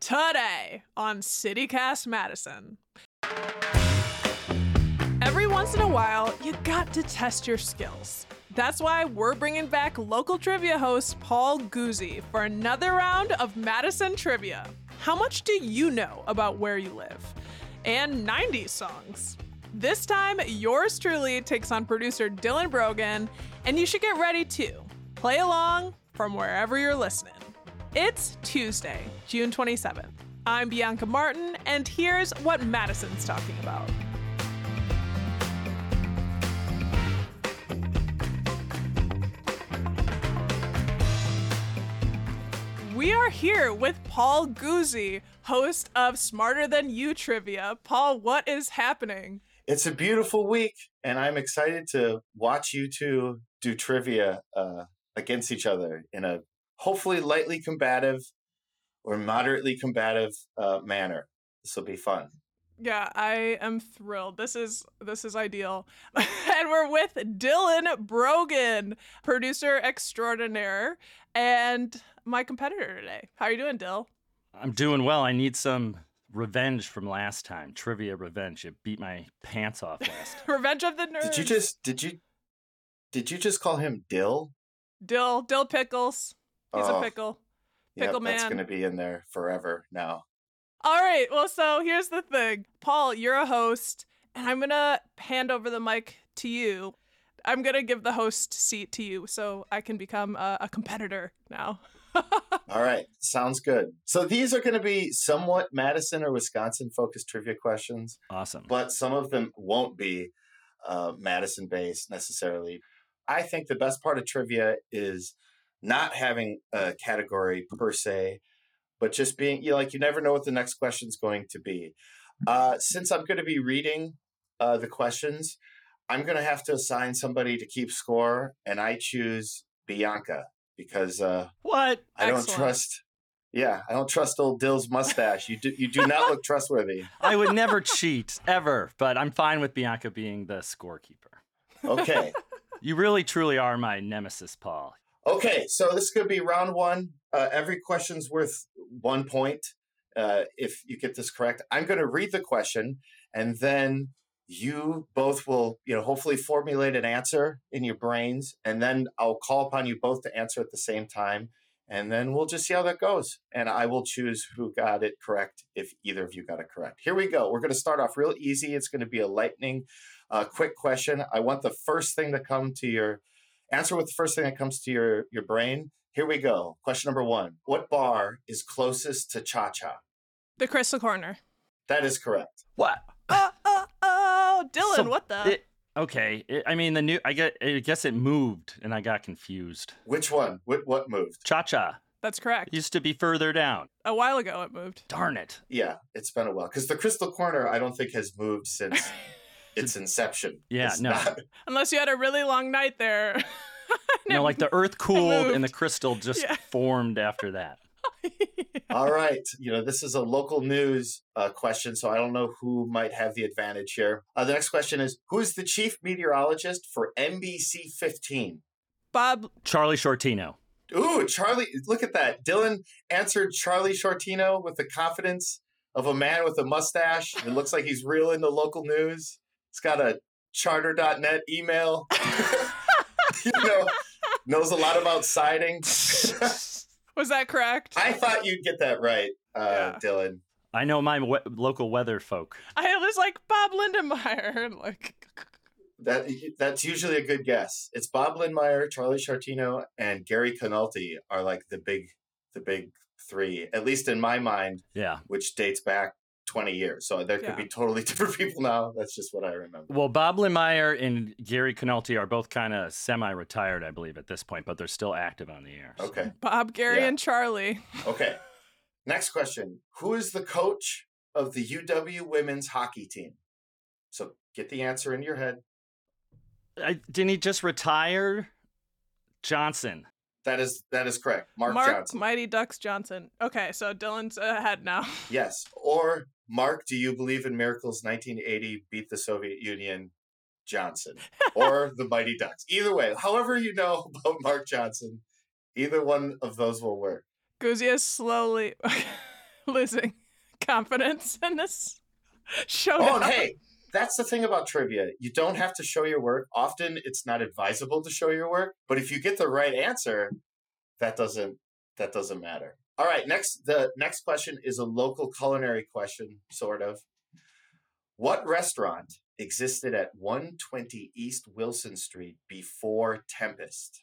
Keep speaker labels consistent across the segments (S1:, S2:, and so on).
S1: today on CityCast Madison. Every once in a while, you got to test your skills. That's why we're bringing back local trivia host Paul Guzzi for another round of Madison Trivia. How much do you know about where you live? And 90s songs. This time, yours truly takes on producer Dylan Brogan, and you should get ready to play along from wherever you're listening. It's Tuesday, June 27th. I'm Bianca Martin, and here's what Madison's talking about. We are here with Paul Guzzi, host of Smarter Than You Trivia. Paul, what is happening?
S2: It's a beautiful week, and I'm excited to watch you two do trivia uh, against each other in a hopefully lightly combative or moderately combative uh, manner. This will be fun.
S1: Yeah, I am thrilled. This is this is ideal. and we're with Dylan Brogan, producer extraordinaire, and my competitor today. How are you doing, Dill?
S3: I'm doing well. I need some revenge from last time. Trivia revenge. It beat my pants off last time.
S1: Revenge of the Nerds.
S2: Did you just did you did you just call him Dill?
S1: Dill Dill Pickles? He's
S2: Oh,
S1: a pickle.
S2: yep,
S1: pickle
S2: That's
S1: man.
S2: going to be in there forever now.
S1: All right. Well, so here's the thing. Paul, you're a host, and I'm going to hand over the mic to you. I'm going to give the host seat to you so I can become a, a competitor now.
S2: All right, sounds good. So these are going to be somewhat Madison or Wisconsin focused trivia questions.
S3: Awesome.
S2: but some of them won't be uh, Madison based necessarily. I think the best part of trivia is not having a category per se, but just being you know, like you never know what the next question's going to be. Uh, since I'm going to be reading uh, the questions, I'm going to have to assign somebody to keep score, and I choose Bianca because uh,
S3: what?
S2: I don't
S1: Excellent.
S2: trust. Yeah, I don't trust old Dill's mustache. You do, you do not look trustworthy.
S3: I would never cheat ever, but I'm fine with Bianca being the scorekeeper.
S2: Okay.
S3: You really truly are my nemesis, Paul.
S2: Okay, so this could be round one. Uh, every question's worth one point uh, if you get this correct. I'm going to read the question, and then you both will, you know, hopefully formulate an answer in your brains, and then I'll call upon you both to answer at the same time, and then we'll just see how that goes. And I will choose who got it correct if either of you got it correct. Here we go. We're going to start off real easy. It's going to be a lightning, uh, quick question. I want the first thing to come to your answer with the first thing that comes to your your brain. Here we go. Question number one: What bar is closest to Cha Cha?
S1: the Crystal Corner.
S2: That is correct.
S3: What?
S1: Oh, oh, oh. Dylan,
S3: So
S1: what the?
S3: Uh, it- okay. It, I mean, the new. I get. I guess it moved, and I got confused.
S2: Which one? What what moved?
S3: Cha Cha
S1: That's correct.
S3: used to be further down.
S1: A while ago it moved.
S3: Darn it.
S2: Yeah, it's been a while because the Crystal Corner I don't think has moved since its inception.
S3: Yeah,
S2: It's
S3: no.
S2: not-
S1: Unless you had a really long night there.
S3: No, like the Earth cooled, and the
S1: moved.
S3: crystal just
S1: Yeah.
S3: formed after that.
S2: All right. You know, this is a local news uh, question, so I don't know who might have the advantage here. Uh, the next question is: Who is the chief meteorologist for NBC 15?
S1: Bob,
S3: Charlie Shortino.
S2: Ooh, Charlie, look at that. Dylan answered Charlie Shortino with the confidence of a man with a mustache. It looks like he's real into local news. He's got a charter.net email. you know, knows a lot about siding.
S1: was that correct?
S2: I thought you'd get that right, uh,
S1: Yeah.
S2: Dylan.
S3: I know my we- local weather folk.
S1: I was like Bob Lindemeyer. and like,
S2: That that's usually a good guess. It's Bob Lindmeyer, Charlie Chartino, and Gary Canalti are like the big the big three, at least in my mind,
S3: Yeah.
S2: which dates back 20 years. So there could
S1: Yeah.
S2: be totally different people now. That's just what I remember.
S3: Well, Bob Lemire and Gary Canolti are both kind of semi-retired, I believe, at this point, but they're still active on the air. so-
S2: Okay.
S1: Bob, Gary,
S2: Yeah.
S1: and Charlie.
S2: Okay. Next question Who is the coach of the UW women's hockey team? So get the answer in your head.
S3: I, didn't he just retire? Johnson.
S2: That is that is correct. Mark, Johnson.
S1: Mighty Ducks Johnson. Okay, so Dylan's ahead now.
S2: Yes. Or Mark, do you believe in miracles 1980 beat the Soviet Union? Johnson or the Mighty Ducks. Either way, however you know about Mark Johnson, either one of those will work.
S1: Guzia is slowly losing confidence in this
S2: Oh,
S1: showdown.
S2: and hey, that's the thing about trivia. You don't have to show your work. Often it's not advisable to show your work, but if you get the right answer, that doesn't that doesn't matter. All right, next the next question is a local culinary question sort of. What restaurant existed at 120 East Wilson Street before Tempest?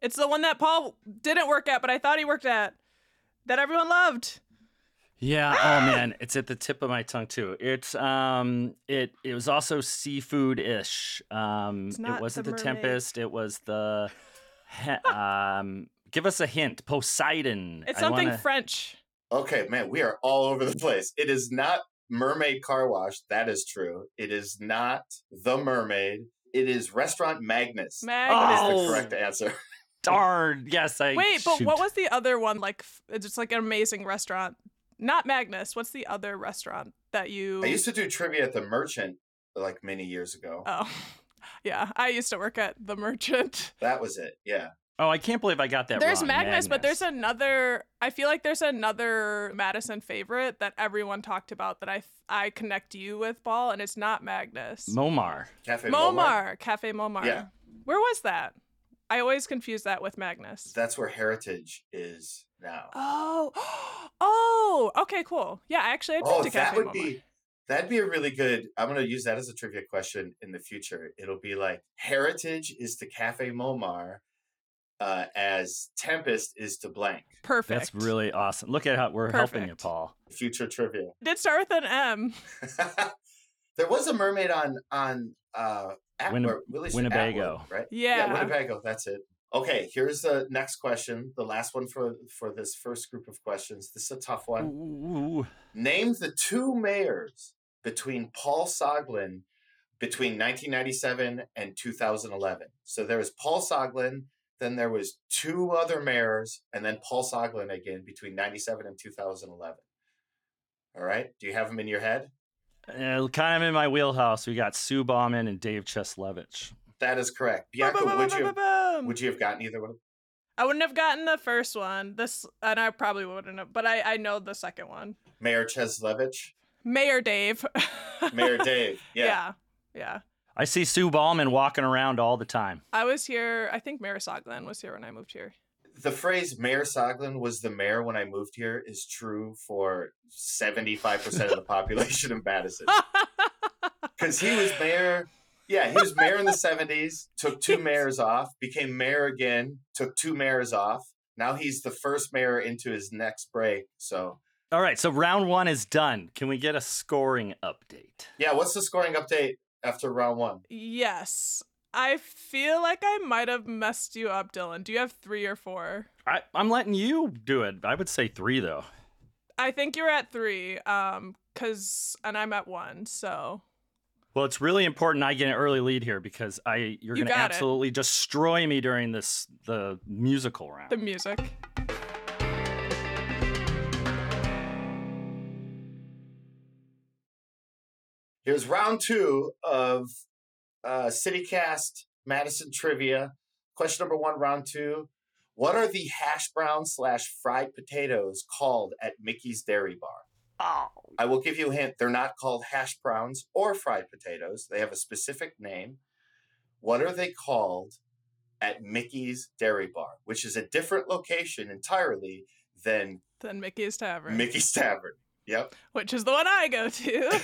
S1: It's the one that Paul didn't work at, but I thought he worked at that everyone loved.
S3: Yeah. Oh man, it's at the tip of my tongue too. It's um, it it was also seafood ish. Um,
S1: It's
S3: it
S1: not
S3: wasn't
S1: the
S3: the,
S1: mermaid.
S3: Tempest. It was the he- um. Give us a hint. Poseidon.
S1: It's
S3: I
S1: something
S3: wanna-
S1: French.
S2: Okay, man, we are all over the place. It is not Mermaid Car Wash. That is true. It is not The Mermaid. It is Restaurant Magnus.
S1: Magnus.
S2: That's
S3: Oh.
S2: the correct answer.
S3: Darn. Yes. I
S1: Wait, but
S3: shoot.
S1: what was the other one? Like, f- it's just like an amazing restaurant. Not Magnus. What's the other restaurant that you?
S2: I used to do trivia at the Merchant like many years ago.
S1: Oh, yeah. I used to work at the Merchant.
S2: that was it. Yeah.
S3: Oh, I can't believe I got that.
S1: there's
S3: wrong.
S1: Magnus, but there's another. I feel like there's another Madison favorite that everyone talked about that I I connect you with, Paul, and it's not Magnus.
S3: Momar.
S2: Cafe Momar.
S1: Momar, Cafe Momar.
S2: Yeah.
S1: Where was that? I always confuse that with Magnus.
S2: That's where Heritage is now.
S1: oh, oh, okay, cool. Yeah, actually, I took
S2: oh,
S1: to
S2: that
S1: Cafe
S2: would
S1: Momar.
S2: be that'd be a really good. I'm gonna use that as a trivia question in the future. It'll be like Heritage is to Cafe Momar uh, as Tempest is to blank.
S1: Perfect.
S3: That's really awesome. Look at how we're helping you,
S1: Perfect.
S3: Paul.
S2: Future trivia.
S1: It did start with an M.
S2: there was a mermaid on on uh at,
S3: Winni-
S2: or Willis-
S3: Winnebago.
S2: Atwood, right?
S1: Yeah.
S2: Winnebago. That's it. Okay, here's the next question, the last one for for this first group of questions. This is a tough one.
S3: Ooh.
S2: Name the two mayors between Paul Soglin between 1997 and 2011. So there was Paul Soglin, then there was two other mayors, and then Paul Soglin again between 97 and 2011. All right, do you have them in your head?
S3: Uh, kind of in my wheelhouse. We got Sue Bauman and Dave Cheslevich.
S2: That is correct.
S1: Boom, boom,
S2: Bianca,
S1: boom,
S2: would
S1: boom,
S2: you
S1: boom,
S2: have,
S1: boom.
S2: would you have gotten either one?
S1: I wouldn't have gotten the first one. This, and I probably wouldn't have, but I, I know the second one.
S2: Mayor Cheslevich,
S1: Mayor Dave.
S2: Mayor Dave. Yeah.
S1: yeah. Yeah.
S3: I see Sue Bauman walking around all the time.
S1: I was here, I think Mayor Soglan was here when I moved here.
S2: The phrase Mayor Soglin was the mayor when I moved here is true for 75% of the population of Madison. Because he was mayor. Yeah, he was mayor in the 70s, took two mayors off, became mayor again, took two mayors off. Now he's the first mayor into his next break. So,
S3: All right, so round one is done. Can we get a scoring update?
S2: yeah, what's the scoring update after round one?
S1: yes. I feel like I might have messed you up, Dylan. Do you have three or four?
S3: I, I'm letting you do it. I would say three, though.
S1: I think you're at three, um, cause, and I'm at one, so.
S3: Well, it's really important I get an early lead here because I you're
S1: You
S3: going to
S1: got it.
S3: absolutely destroy me during this the musical round.
S1: The music.
S2: Here's round two of uh, CityCast Madison Trivia. Question number one, round two. What are the hash brown slash fried potatoes called at Mickey's Dairy Bar?
S3: oh.
S2: I will give you a hint. They're not called hash browns or fried potatoes. They have a specific name. What are they called at Mickey's Dairy Bar, which is a different location entirely than
S1: Then Mickey's Tavern,
S2: Mickey's Tavern? Yep.
S1: which is the one I go to.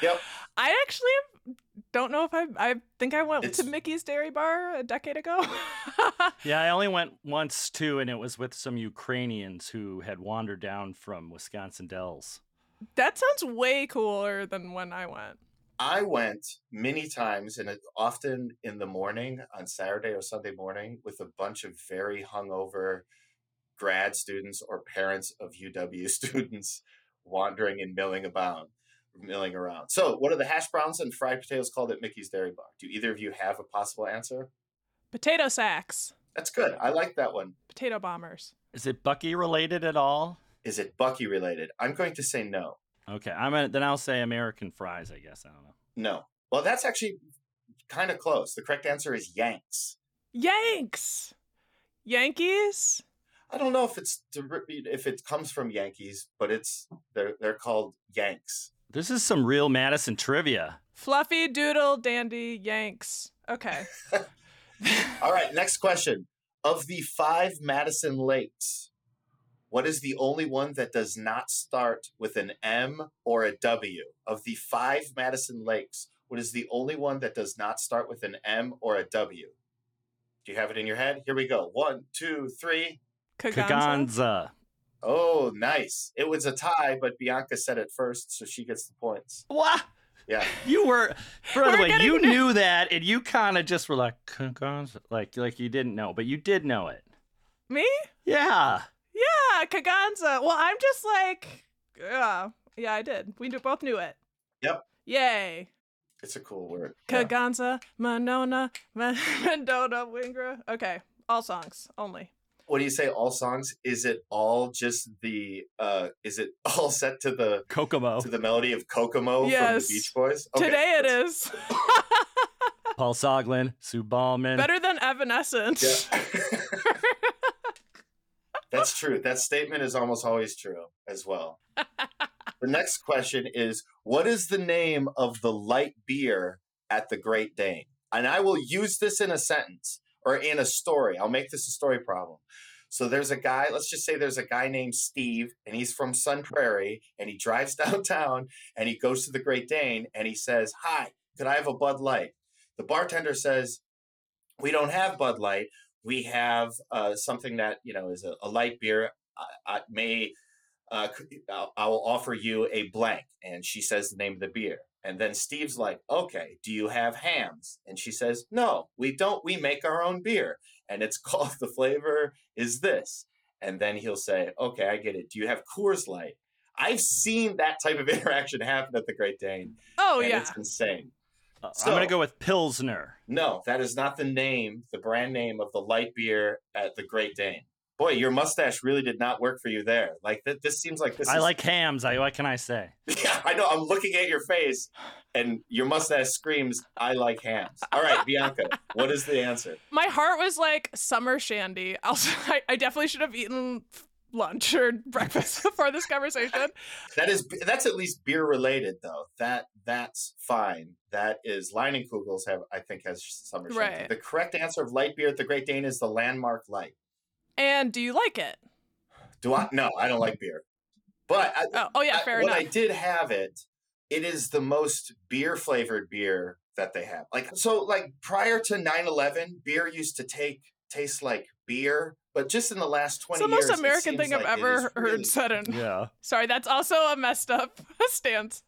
S2: Yep.
S1: I actually am- don't know if I. I think I went to
S2: It's-
S1: Mickey's Dairy Bar a decade ago.
S3: Yeah, I only went once too, and it was with some Ukrainians who had wandered down from Wisconsin Dells.
S1: That sounds way cooler than when I went.
S2: I went many times and it- often in the morning on Saturday or Sunday morning with a bunch of very hungover grad students or parents of UW students wandering and milling about, milling around. So, what are the hash browns and fried potatoes called at Mickey's Dairy Bar? Do either of you have a possible answer?
S1: Potato sacks,
S2: That's good. I like that one.
S1: potato bombers.
S3: Is it Bucky related at all?
S2: Is it Bucky related? I'm going to say no.
S3: Okay, I'm gonna, then I'll say American fries. I guess I don't know.
S2: No. Well, that's actually kind of close. The correct answer is Yanks.
S1: Yanks, Yankees.
S2: I don't know if it's der- if it comes from Yankees, but it's they're they're called Yanks.
S3: This is some real Madison trivia.
S1: Fluffy doodle dandy Yanks. Okay.
S2: All right, next question. Of the five Madison lakes, what is the only one that does not start with an M or a W? Of the five Madison lakes, what is the only one that does not start with an M or a W? Do you have it in your head? Here we go. One, two, three.
S1: Kaganza.
S3: Kaganza.
S2: Oh, nice. It was a tie, but Bianca said it first, so she gets the points.
S3: What?
S2: Yeah.
S3: You were, by the
S1: We're
S3: way,
S1: getting
S3: you
S1: to-
S3: knew that, and you kind of just were like, Kaganza, like, like you didn't know, but you did know it.
S1: Me?
S3: Yeah.
S1: Yeah, Kaganza. Well, I'm just like, yeah, yeah, I did. We knew- both knew it.
S2: Yep.
S1: Yay.
S2: It's a cool word. Yeah.
S1: Kaganza, Monona, Man- Mendona, Wingra. Okay, all songs only.
S2: What do you say? All songs? Is it all just the? uh Is it all set to the
S3: Kokomo.
S2: to the melody of Kokomo
S1: Yes.
S2: from the Beach Boys.
S1: Today it
S2: that's-
S1: is
S3: Paul Soglin, Sue Ballman.
S1: better than Evanescence.
S2: Yeah. That's true. That statement is almost always true as well. the next question is What is the name of the light beer at the Great Dane? And I will use this in a sentence or in a story. I'll make this a story problem. So there's a guy, let's just say there's a guy named Steve, and he's from Sun Prairie, and he drives downtown and he goes to the Great Dane and he says, Hi, could I have a Bud Light? The bartender says, We don't have Bud Light. We have uh, something that, you know, is a, a light beer. I, I may, uh, c- I'll- I will offer you a blank. And she says the name of the beer. And then Steve's like, Okay, do you have hams? And she says, No, we don't. We make our own beer. And it's called, the flavor is this. And then he'll say, Okay, I get it. Do you have Coors Light? I've seen that type of interaction happen at the Great Dane.
S1: Oh
S2: and
S1: yeah,
S2: It's insane.
S3: Uh, I'm
S2: So-
S3: going to go with Pilsner.
S2: No, that is not the name, the brand name of the light beer at the Great Dane. Boy, your mustache really did not work for you there. Like th- this seems like this.
S3: I
S2: is-
S3: like hams. I, what can I say?
S2: Yeah, I know. I'm looking at your face, and your mustache screams, "I like hams." All right, Bianca, what is the answer?
S1: my heart was like summer shandy. Also, I, I definitely should have eaten lunch or breakfast before this conversation.
S2: That is that's at least beer related though. That that's fine. That is Leinenkugels have I think has summer. shandy.
S1: Right.
S2: The correct answer of light beer at the Great Dane is the Landmark Light.
S1: And do you like it?
S2: Do I? No, I don't like beer. But I,
S1: Oh, oh yeah,
S2: I-
S1: fair
S2: when
S1: enough.
S2: I did have it, it is the most beer flavored beer that they have. Like so, like prior to 9-11, beer used to take taste like beer, but just in the last
S1: It's
S2: twenty,
S1: the most
S2: years, it
S1: American
S2: seems
S1: thing I've
S2: like it is
S1: ever heard
S2: really-
S1: said. In,
S3: Yeah.
S1: Sorry, that's also a messed up stance.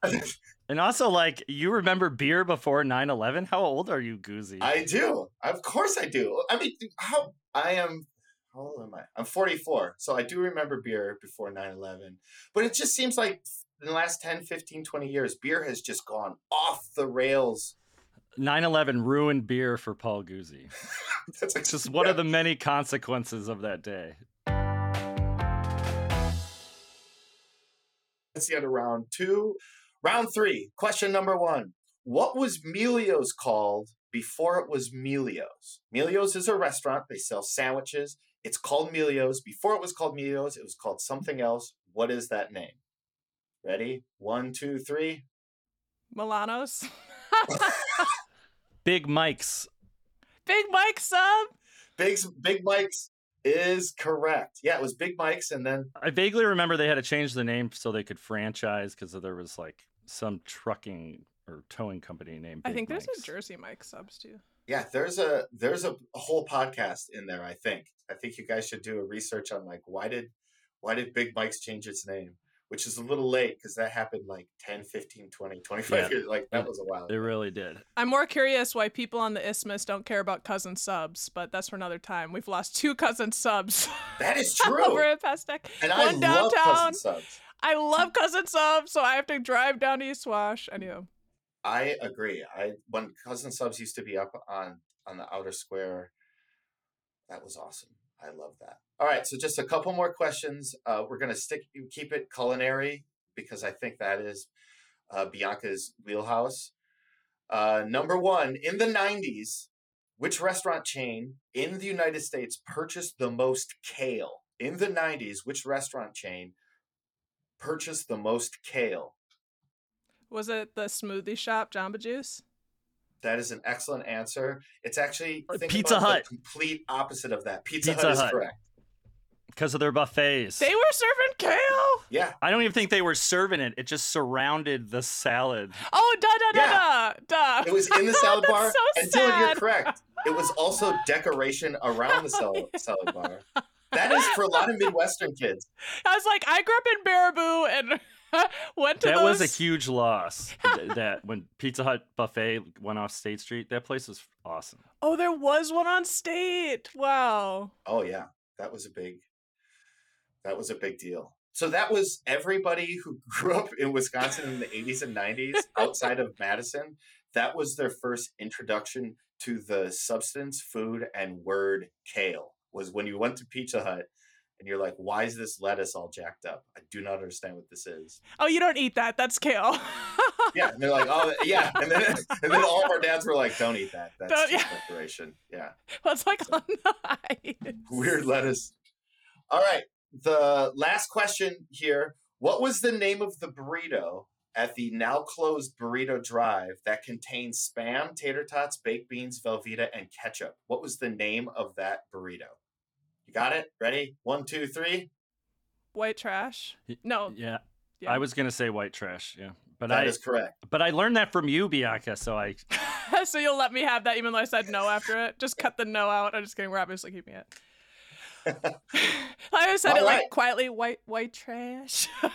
S3: And also, like, you remember beer before 9 11? How old are you, Goozy?
S2: I do, of course, I do. I mean, how I am. How old am I? I'm 44, so I do remember beer before 9/11. But it just seems like in the last 10, 15, 20 years, beer has just gone off the rails
S3: 9 11 ruined beer for Paul Goozy.
S2: That's
S3: It's just one of the many consequences of that day.
S2: That's the end of round two. Round three, question number one. What was Melio's called before it was Melio's? Melio's is a restaurant. They sell sandwiches. It's called Melio's. Before it was called Melio's, it was called something else. What is that name? Ready? One, two, three.
S1: Milanos.
S3: Big Mike's.
S1: Big Mike sub.
S2: Big, Big Mike's is correct. Yeah, it was Big Mike's and then
S3: I vaguely remember they had to change the name so they could franchise because there was like some trucking or towing company named.
S1: I
S3: Big
S1: think there's a
S3: Mike's.
S1: Jersey Mike subs too.
S2: Yeah, there's a there's a whole podcast in there. I think I think you guys should do a research on like why did why did Big Mike's change its name? which is a little late because that happened like 10, 15, 20, 25
S3: Yeah.
S2: years. Like that was a while.
S3: It really did.
S1: I'm more curious why people on the isthmus don't care about cousin subs, but that's for another time. We've lost two cousin subs
S2: That is true.
S1: over at Pastec.
S2: and I
S1: One
S2: love
S1: downtown.
S2: cousin subs.
S1: I love cousin subs, so I have to drive down to East Wash. Anywho,
S2: I agree. I when cousin subs used to be up on on the outer square, that was awesome. I love that. All right, so just a couple more questions. Uh, we're gonna stick keep it culinary because I think that is uh, Bianca's wheelhouse. Uh, number one in the '90s, which restaurant chain in the United States purchased the most kale? In the '90s, which restaurant chain purchased the most kale?
S1: was it the smoothie shop, Jamba Juice?
S2: That is an excellent answer. It's actually
S3: Uh,
S2: think
S3: Pizza
S2: about the
S3: Hut.
S2: complete opposite of that. Pizza,
S3: Pizza
S2: Hut is
S3: Hut.
S2: correct.
S3: Because of their buffets.
S1: They were serving kale.
S2: Yeah,
S3: I don't even think they were serving it. It just surrounded the salad.
S1: Oh, da da da da
S2: it
S1: da.
S2: was in the salad bar.
S1: That's so
S2: and Dylan, you're
S1: sad.
S2: correct. It was also decoration around the salad, salad bar. That is for a lot of Midwestern kids.
S1: I was like, I grew up in Baraboo and went to
S3: that
S1: those.
S3: was a huge loss. th- that when Pizza Hut buffet went off State Street, that place was awesome.
S1: oh, there was one on State. Wow.
S2: Oh yeah, that was a big, that was a big deal. So that was everybody who grew up in Wisconsin in the 80s and 90s outside of Madison. That was their first introduction to the substance, food, and word kale. Was when you went to Pizza Hut and you're like, "Why is this lettuce all jacked up? I do not understand what this is."
S1: Oh, you don't eat that. That's kale.
S2: Yeah, and they're like, "Oh, yeah," and then and then all of our dads were like, "Don't eat that. That's
S1: Don't-
S2: just
S1: yeah.
S2: decoration." Yeah.
S1: What's like on the ice?
S2: Weird lettuce. All right. The last question here. What was the name of the burrito at the now closed Burrito Drive that contained spam, tater tots, baked beans, Velveeta, and ketchup? What was the name of that burrito? You got it? Ready? One, two, three.
S1: White trash.
S3: Y-
S1: No.
S3: Yeah,
S1: Oh, yeah.
S3: I was gonna say white trash. Yeah, but
S2: That
S3: I
S2: is correct.
S3: but I learned that from you, Bianca. So I
S1: so you'll let me have that even though I said no after it? Just cut the no out. I'm just kidding. We're obviously keeping it. I always said
S2: All
S1: it
S2: right.
S1: like quietly, white white trash.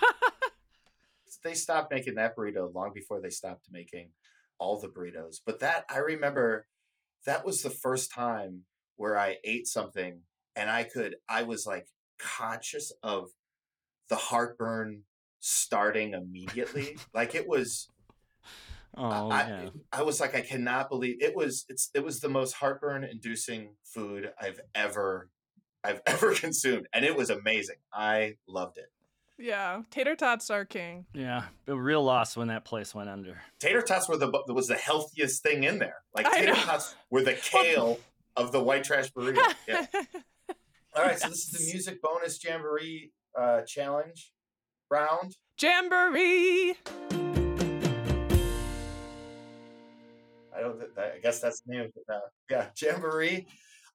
S2: They stopped making that burrito long before they stopped making all the burritos. But that, I remember that was the first time where I ate something and I could, I was like conscious of the heartburn starting immediately. like it was,
S3: oh
S2: I,
S3: yeah.
S2: I was like, I cannot believe it was, it's, it was the most heartburn inducing food I've ever, I've ever consumed. And it was amazing. I loved it.
S1: yeah. Tater tots are king.
S3: Yeah, a real loss when that place went under.
S2: Tater tots were the bu- was the healthiest thing in there. Like
S1: I
S2: tater
S1: know.
S2: tots were the kale of the white trash burrito. Yeah. All right, so this is the music bonus jamboree uh, challenge round.
S1: Jamboree.
S2: I don't. th- I guess that's the name of it now. Yeah, jamboree.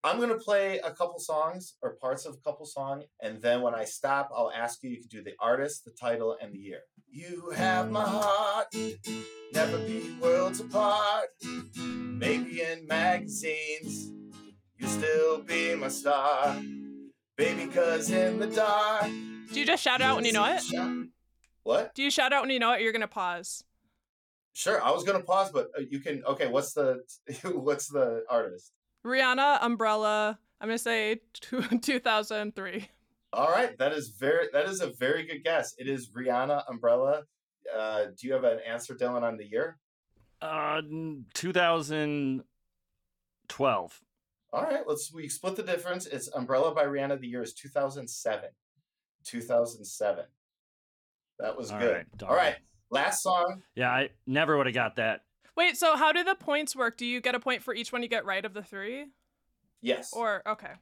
S2: I'm gonna play a couple songs or parts of a couple song, and then when I stop, I'll ask you. You can do the artist, the title, and the year. You have my heart. Never be worlds apart. Maybe in magazines, you'll still be my star. Baby, cause in the dark.
S1: Do you just shout out when you know it?
S2: Shine- What?
S1: Do you shout out when you know it? You're gonna pause.
S2: Sure, I was gonna pause, but uh, you can. Okay, what's the what's the artist?
S1: Rihanna, Umbrella. I'm gonna say two, 2003.
S2: All right, that is very that is a very good guess. It is Rihanna Umbrella. Uh, do you have an answer, Dylan, on the year?
S3: Uh, 2012.
S2: All right, let's we split the difference. It's Umbrella by Rihanna. The year is two thousand seven. Two thousand seven. That was
S3: All
S2: good.
S3: right,
S2: All
S3: darn it.
S2: right, last song.
S3: Yeah, I never would have got that.
S1: Wait, so how do the points work? Do you get a point for each one you get right of the three?
S2: Yes.
S1: Or okay.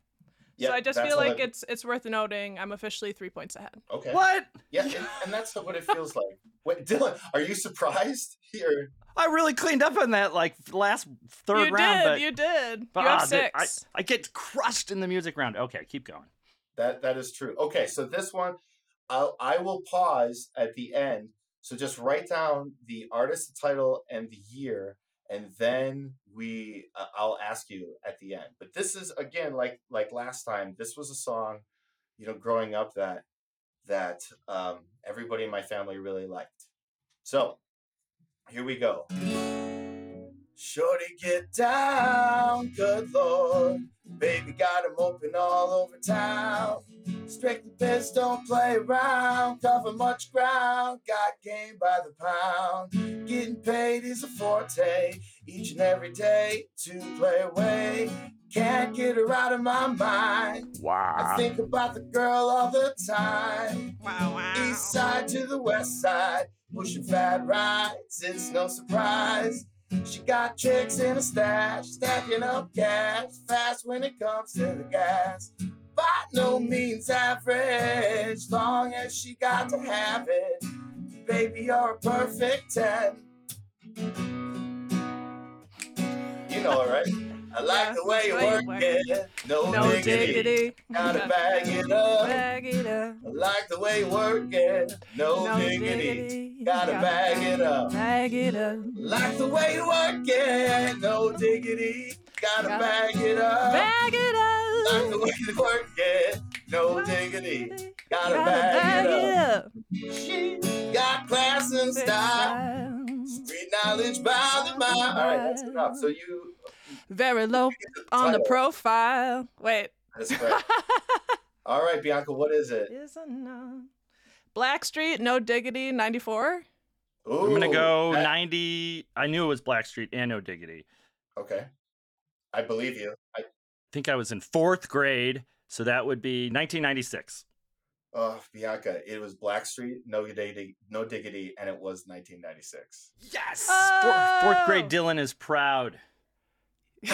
S2: Yep,
S1: so I just
S2: that's
S1: feel
S2: what
S1: like
S2: I-
S1: it's it's worth noting. I'm officially three points ahead.
S2: okay.
S3: What?
S2: Yeah, and, and that's what it feels like. Wait, Dylan, are you surprised? Here,
S3: I really cleaned up on that like last third
S1: you
S3: round,
S1: did,
S3: but
S1: you did.
S3: but,
S1: you have
S3: ah, dude, I-
S1: six.
S3: I get crushed in the music round. Okay, keep going.
S2: That that is true. Okay, so this one, I'll, I will pause at the end. So just write down the artist, the title, and the year, and then we uh, I'll ask you at the end. But this is again like like last time. This was a song, you know, growing up that that um, everybody in my family really liked. So here we go. Shorty, get down, good lord. Baby got 'em open all over town. Strictly biz, don't play around. Cover much ground, got game by the pound. Getting paid is a forte. Each and every day to play away. Can't get her out of my mind. I
S4: Wow.
S2: think about the girl all the time.
S1: Wow, wow.
S2: East side to the west side, pushing fat rides, it's no surprise. She got chicks in a stash, stacking up cash, fast when it comes to the gas. By no means average, long as she got to have it. Baby, you're a perfect 10. You know it, right? I like
S1: Yeah,
S2: the way you
S1: that's right.
S2: work it. No,
S1: No
S2: diggity.
S1: diggity.
S2: Gotta bag it up.
S1: Bag it up.
S2: I like the way you work it. No,
S1: No
S2: diggity.
S1: diggity.
S2: Gotta
S1: Gotta
S2: bag it up.
S1: Bag it up.
S2: Like the way you work it. No diggity. Gotta
S1: Gotta
S2: bag it up.
S1: Bag it
S2: like the
S1: up.
S2: way you work it. No diggity. Gotta
S1: Gotta
S2: bag it up.
S1: up.
S2: She got class and style. Street knowledge by the mile. All right, that's enough. So you.
S1: Very low on the
S2: Title.
S1: profile. Wait.
S2: That's right. All right, Bianca, what is it?
S1: Is enough. Blackstreet, no diggity, 94.
S2: Ooh,
S3: I'm gonna go
S2: that-
S3: 90. I knew it was Blackstreet and No Diggity. I
S2: Okay. I believe you. I
S3: think I was in fourth grade, so that would be 1996.
S2: Oh, Bianca, it was Blackstreet, No Diggity, No Diggity, and it was 1996.
S3: Yes, Four- fourth
S1: Oh!
S3: grade Dylan is proud.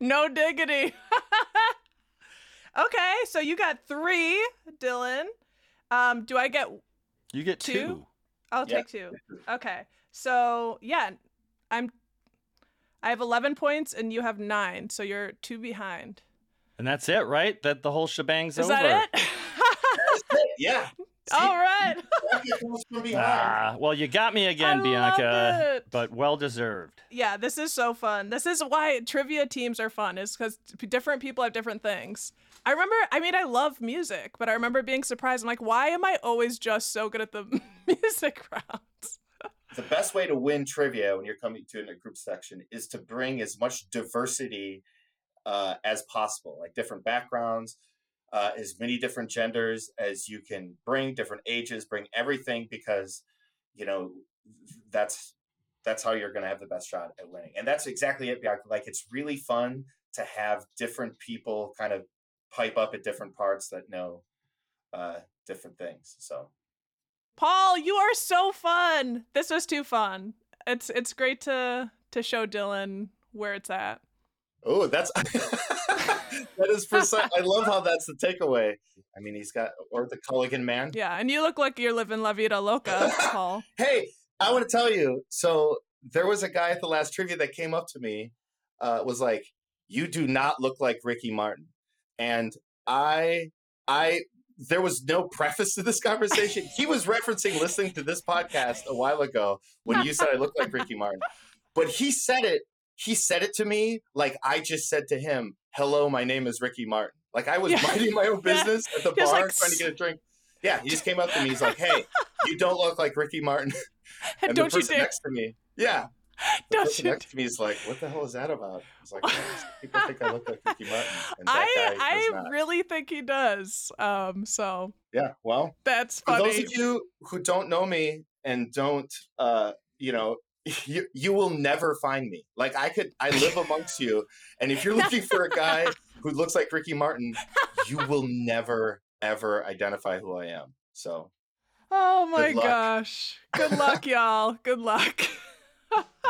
S1: no diggity. okay, so you got three, Dylan. Um, do I get?
S3: You get
S1: Two?
S3: two.
S1: I'll
S2: Yeah.
S1: take two. Okay, so yeah, I'm. I have eleven points and you have nine, so you're two behind.
S3: and that's it, right? That the whole shebang's
S1: Is
S3: over.
S1: that it?
S2: yeah.
S1: All right.
S2: Bianca comes from behind.
S3: Ah, well, you got me again,
S1: I
S3: Bianca,
S1: love it.
S3: but well deserved.
S1: Yeah, this is so fun. This is why trivia teams are fun, is because different people have different things. I remember, I mean, I love music, but I remember being surprised. I'm like, why am I always just so good at the music rounds?
S2: The best way to win trivia when you're coming to it in a group section is to bring as much diversity uh, as possible, like different backgrounds, uh, as many different genders as you can bring, different ages, bring everything because, you know, that's that's how you're going to have the best shot at winning. And that's exactly it, Bianca. Like it's really fun to have different people kind of pipe up at different parts that know uh, different things. So
S1: Paul, you are so fun. This was too fun. It's it's great to to show Dylan where it's at.
S2: Oh, that's that is precise. I love how that's the takeaway. I mean, he's got or the Culligan man.
S1: Yeah, and you look like you're living La Vida Loca, Paul.
S2: Hey, I want to tell you. So there was a guy at the last trivia that came up to me, uh, was like, "You do not look like Ricky Martin," and I, I. There was no preface to this conversation. He was referencing listening to this podcast a while ago when you said I look like Ricky Martin, but he said it. He said it to me like I just said to him, "Hello, my name is Ricky Martin." Like I was
S1: Yeah.
S2: minding my own
S1: Yeah.
S2: business at the
S1: Just
S2: bar
S1: like,
S2: trying to get a drink. Yeah, he just came up to me. He's like, "Hey, you don't look like Ricky Martin."
S1: And
S2: And the
S1: don't you
S2: person
S1: dare
S2: next to me, yeah, the
S1: don't
S2: person
S1: you
S2: next to me is like, "What the hell is that about?" I was like, "Oh, "People think I look like Ricky Martin." And that
S1: I
S2: guy does
S1: I
S2: not.
S1: really think he does. Um so
S2: yeah. Well,
S1: that's
S2: for
S1: funny.
S2: those of you who don't know me and don't, uh, you know, you you will never find me. Like I could, I live amongst you, and if you're looking for a guy who looks like Ricky Martin, you will never ever identify who I am. So
S1: Oh my
S2: luck.
S1: gosh. Good luck, y'all. Good luck.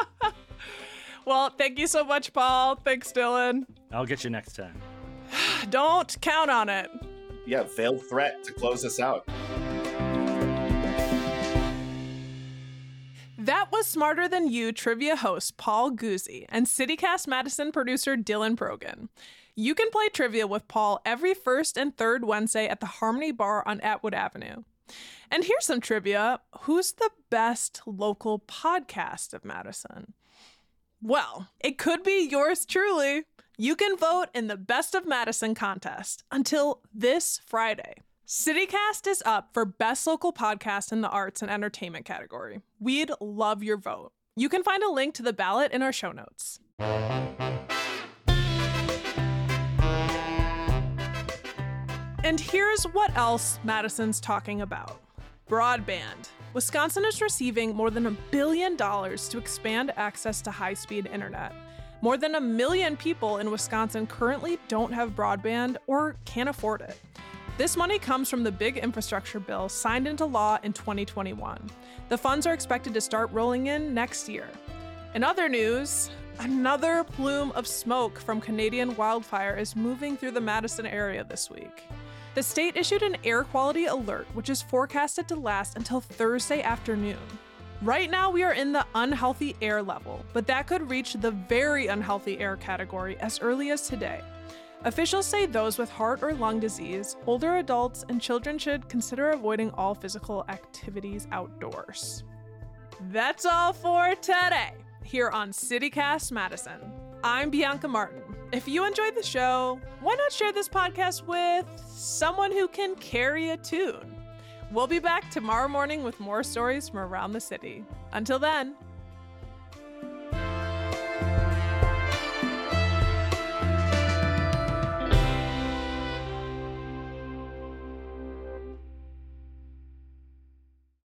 S1: well, thank you so much, Paul. Thanks, Dylan.
S3: I'll get you next time.
S1: Don't count on it.
S2: yeah, veiled threat to close us out.
S1: That was Smarter Than You trivia host Paul Guzzi and CityCast Madison producer Dylan Brogan. You can play trivia with Paul every first and third Wednesday at the Harmony Bar on Atwood Avenue. And here's some trivia Who's the best local podcast of Madison? Well, it could be yours truly. You can vote in the Best of Madison contest until this Friday. CityCast is up for Best Local Podcast in the Arts and Entertainment category. We'd love your vote. You can find a link to the ballot in our show notes. And here's what else Madison's talking about broadband. Wisconsin is receiving more than a billion dollars to expand access to high speed internet. More than a million people in Wisconsin currently don't have broadband or can't afford it. This money comes from the big infrastructure bill signed into law in 2021. The funds are expected to start rolling in next year. In other news, another plume of smoke from Canadian wildfire is moving through the Madison area this week. The state issued an air quality alert, which is forecasted to last until Thursday afternoon. Right now, we are in the unhealthy air level, but that could reach the very unhealthy air category as early as today. Officials say those with heart or lung disease, older adults, and children should consider avoiding all physical activities outdoors. That's all for today here on CityCast Madison. I'm Bianca Martin. If you enjoyed the show, why not share this podcast with someone who can carry a tune? We'll be back tomorrow morning with more stories from around the city. Until then,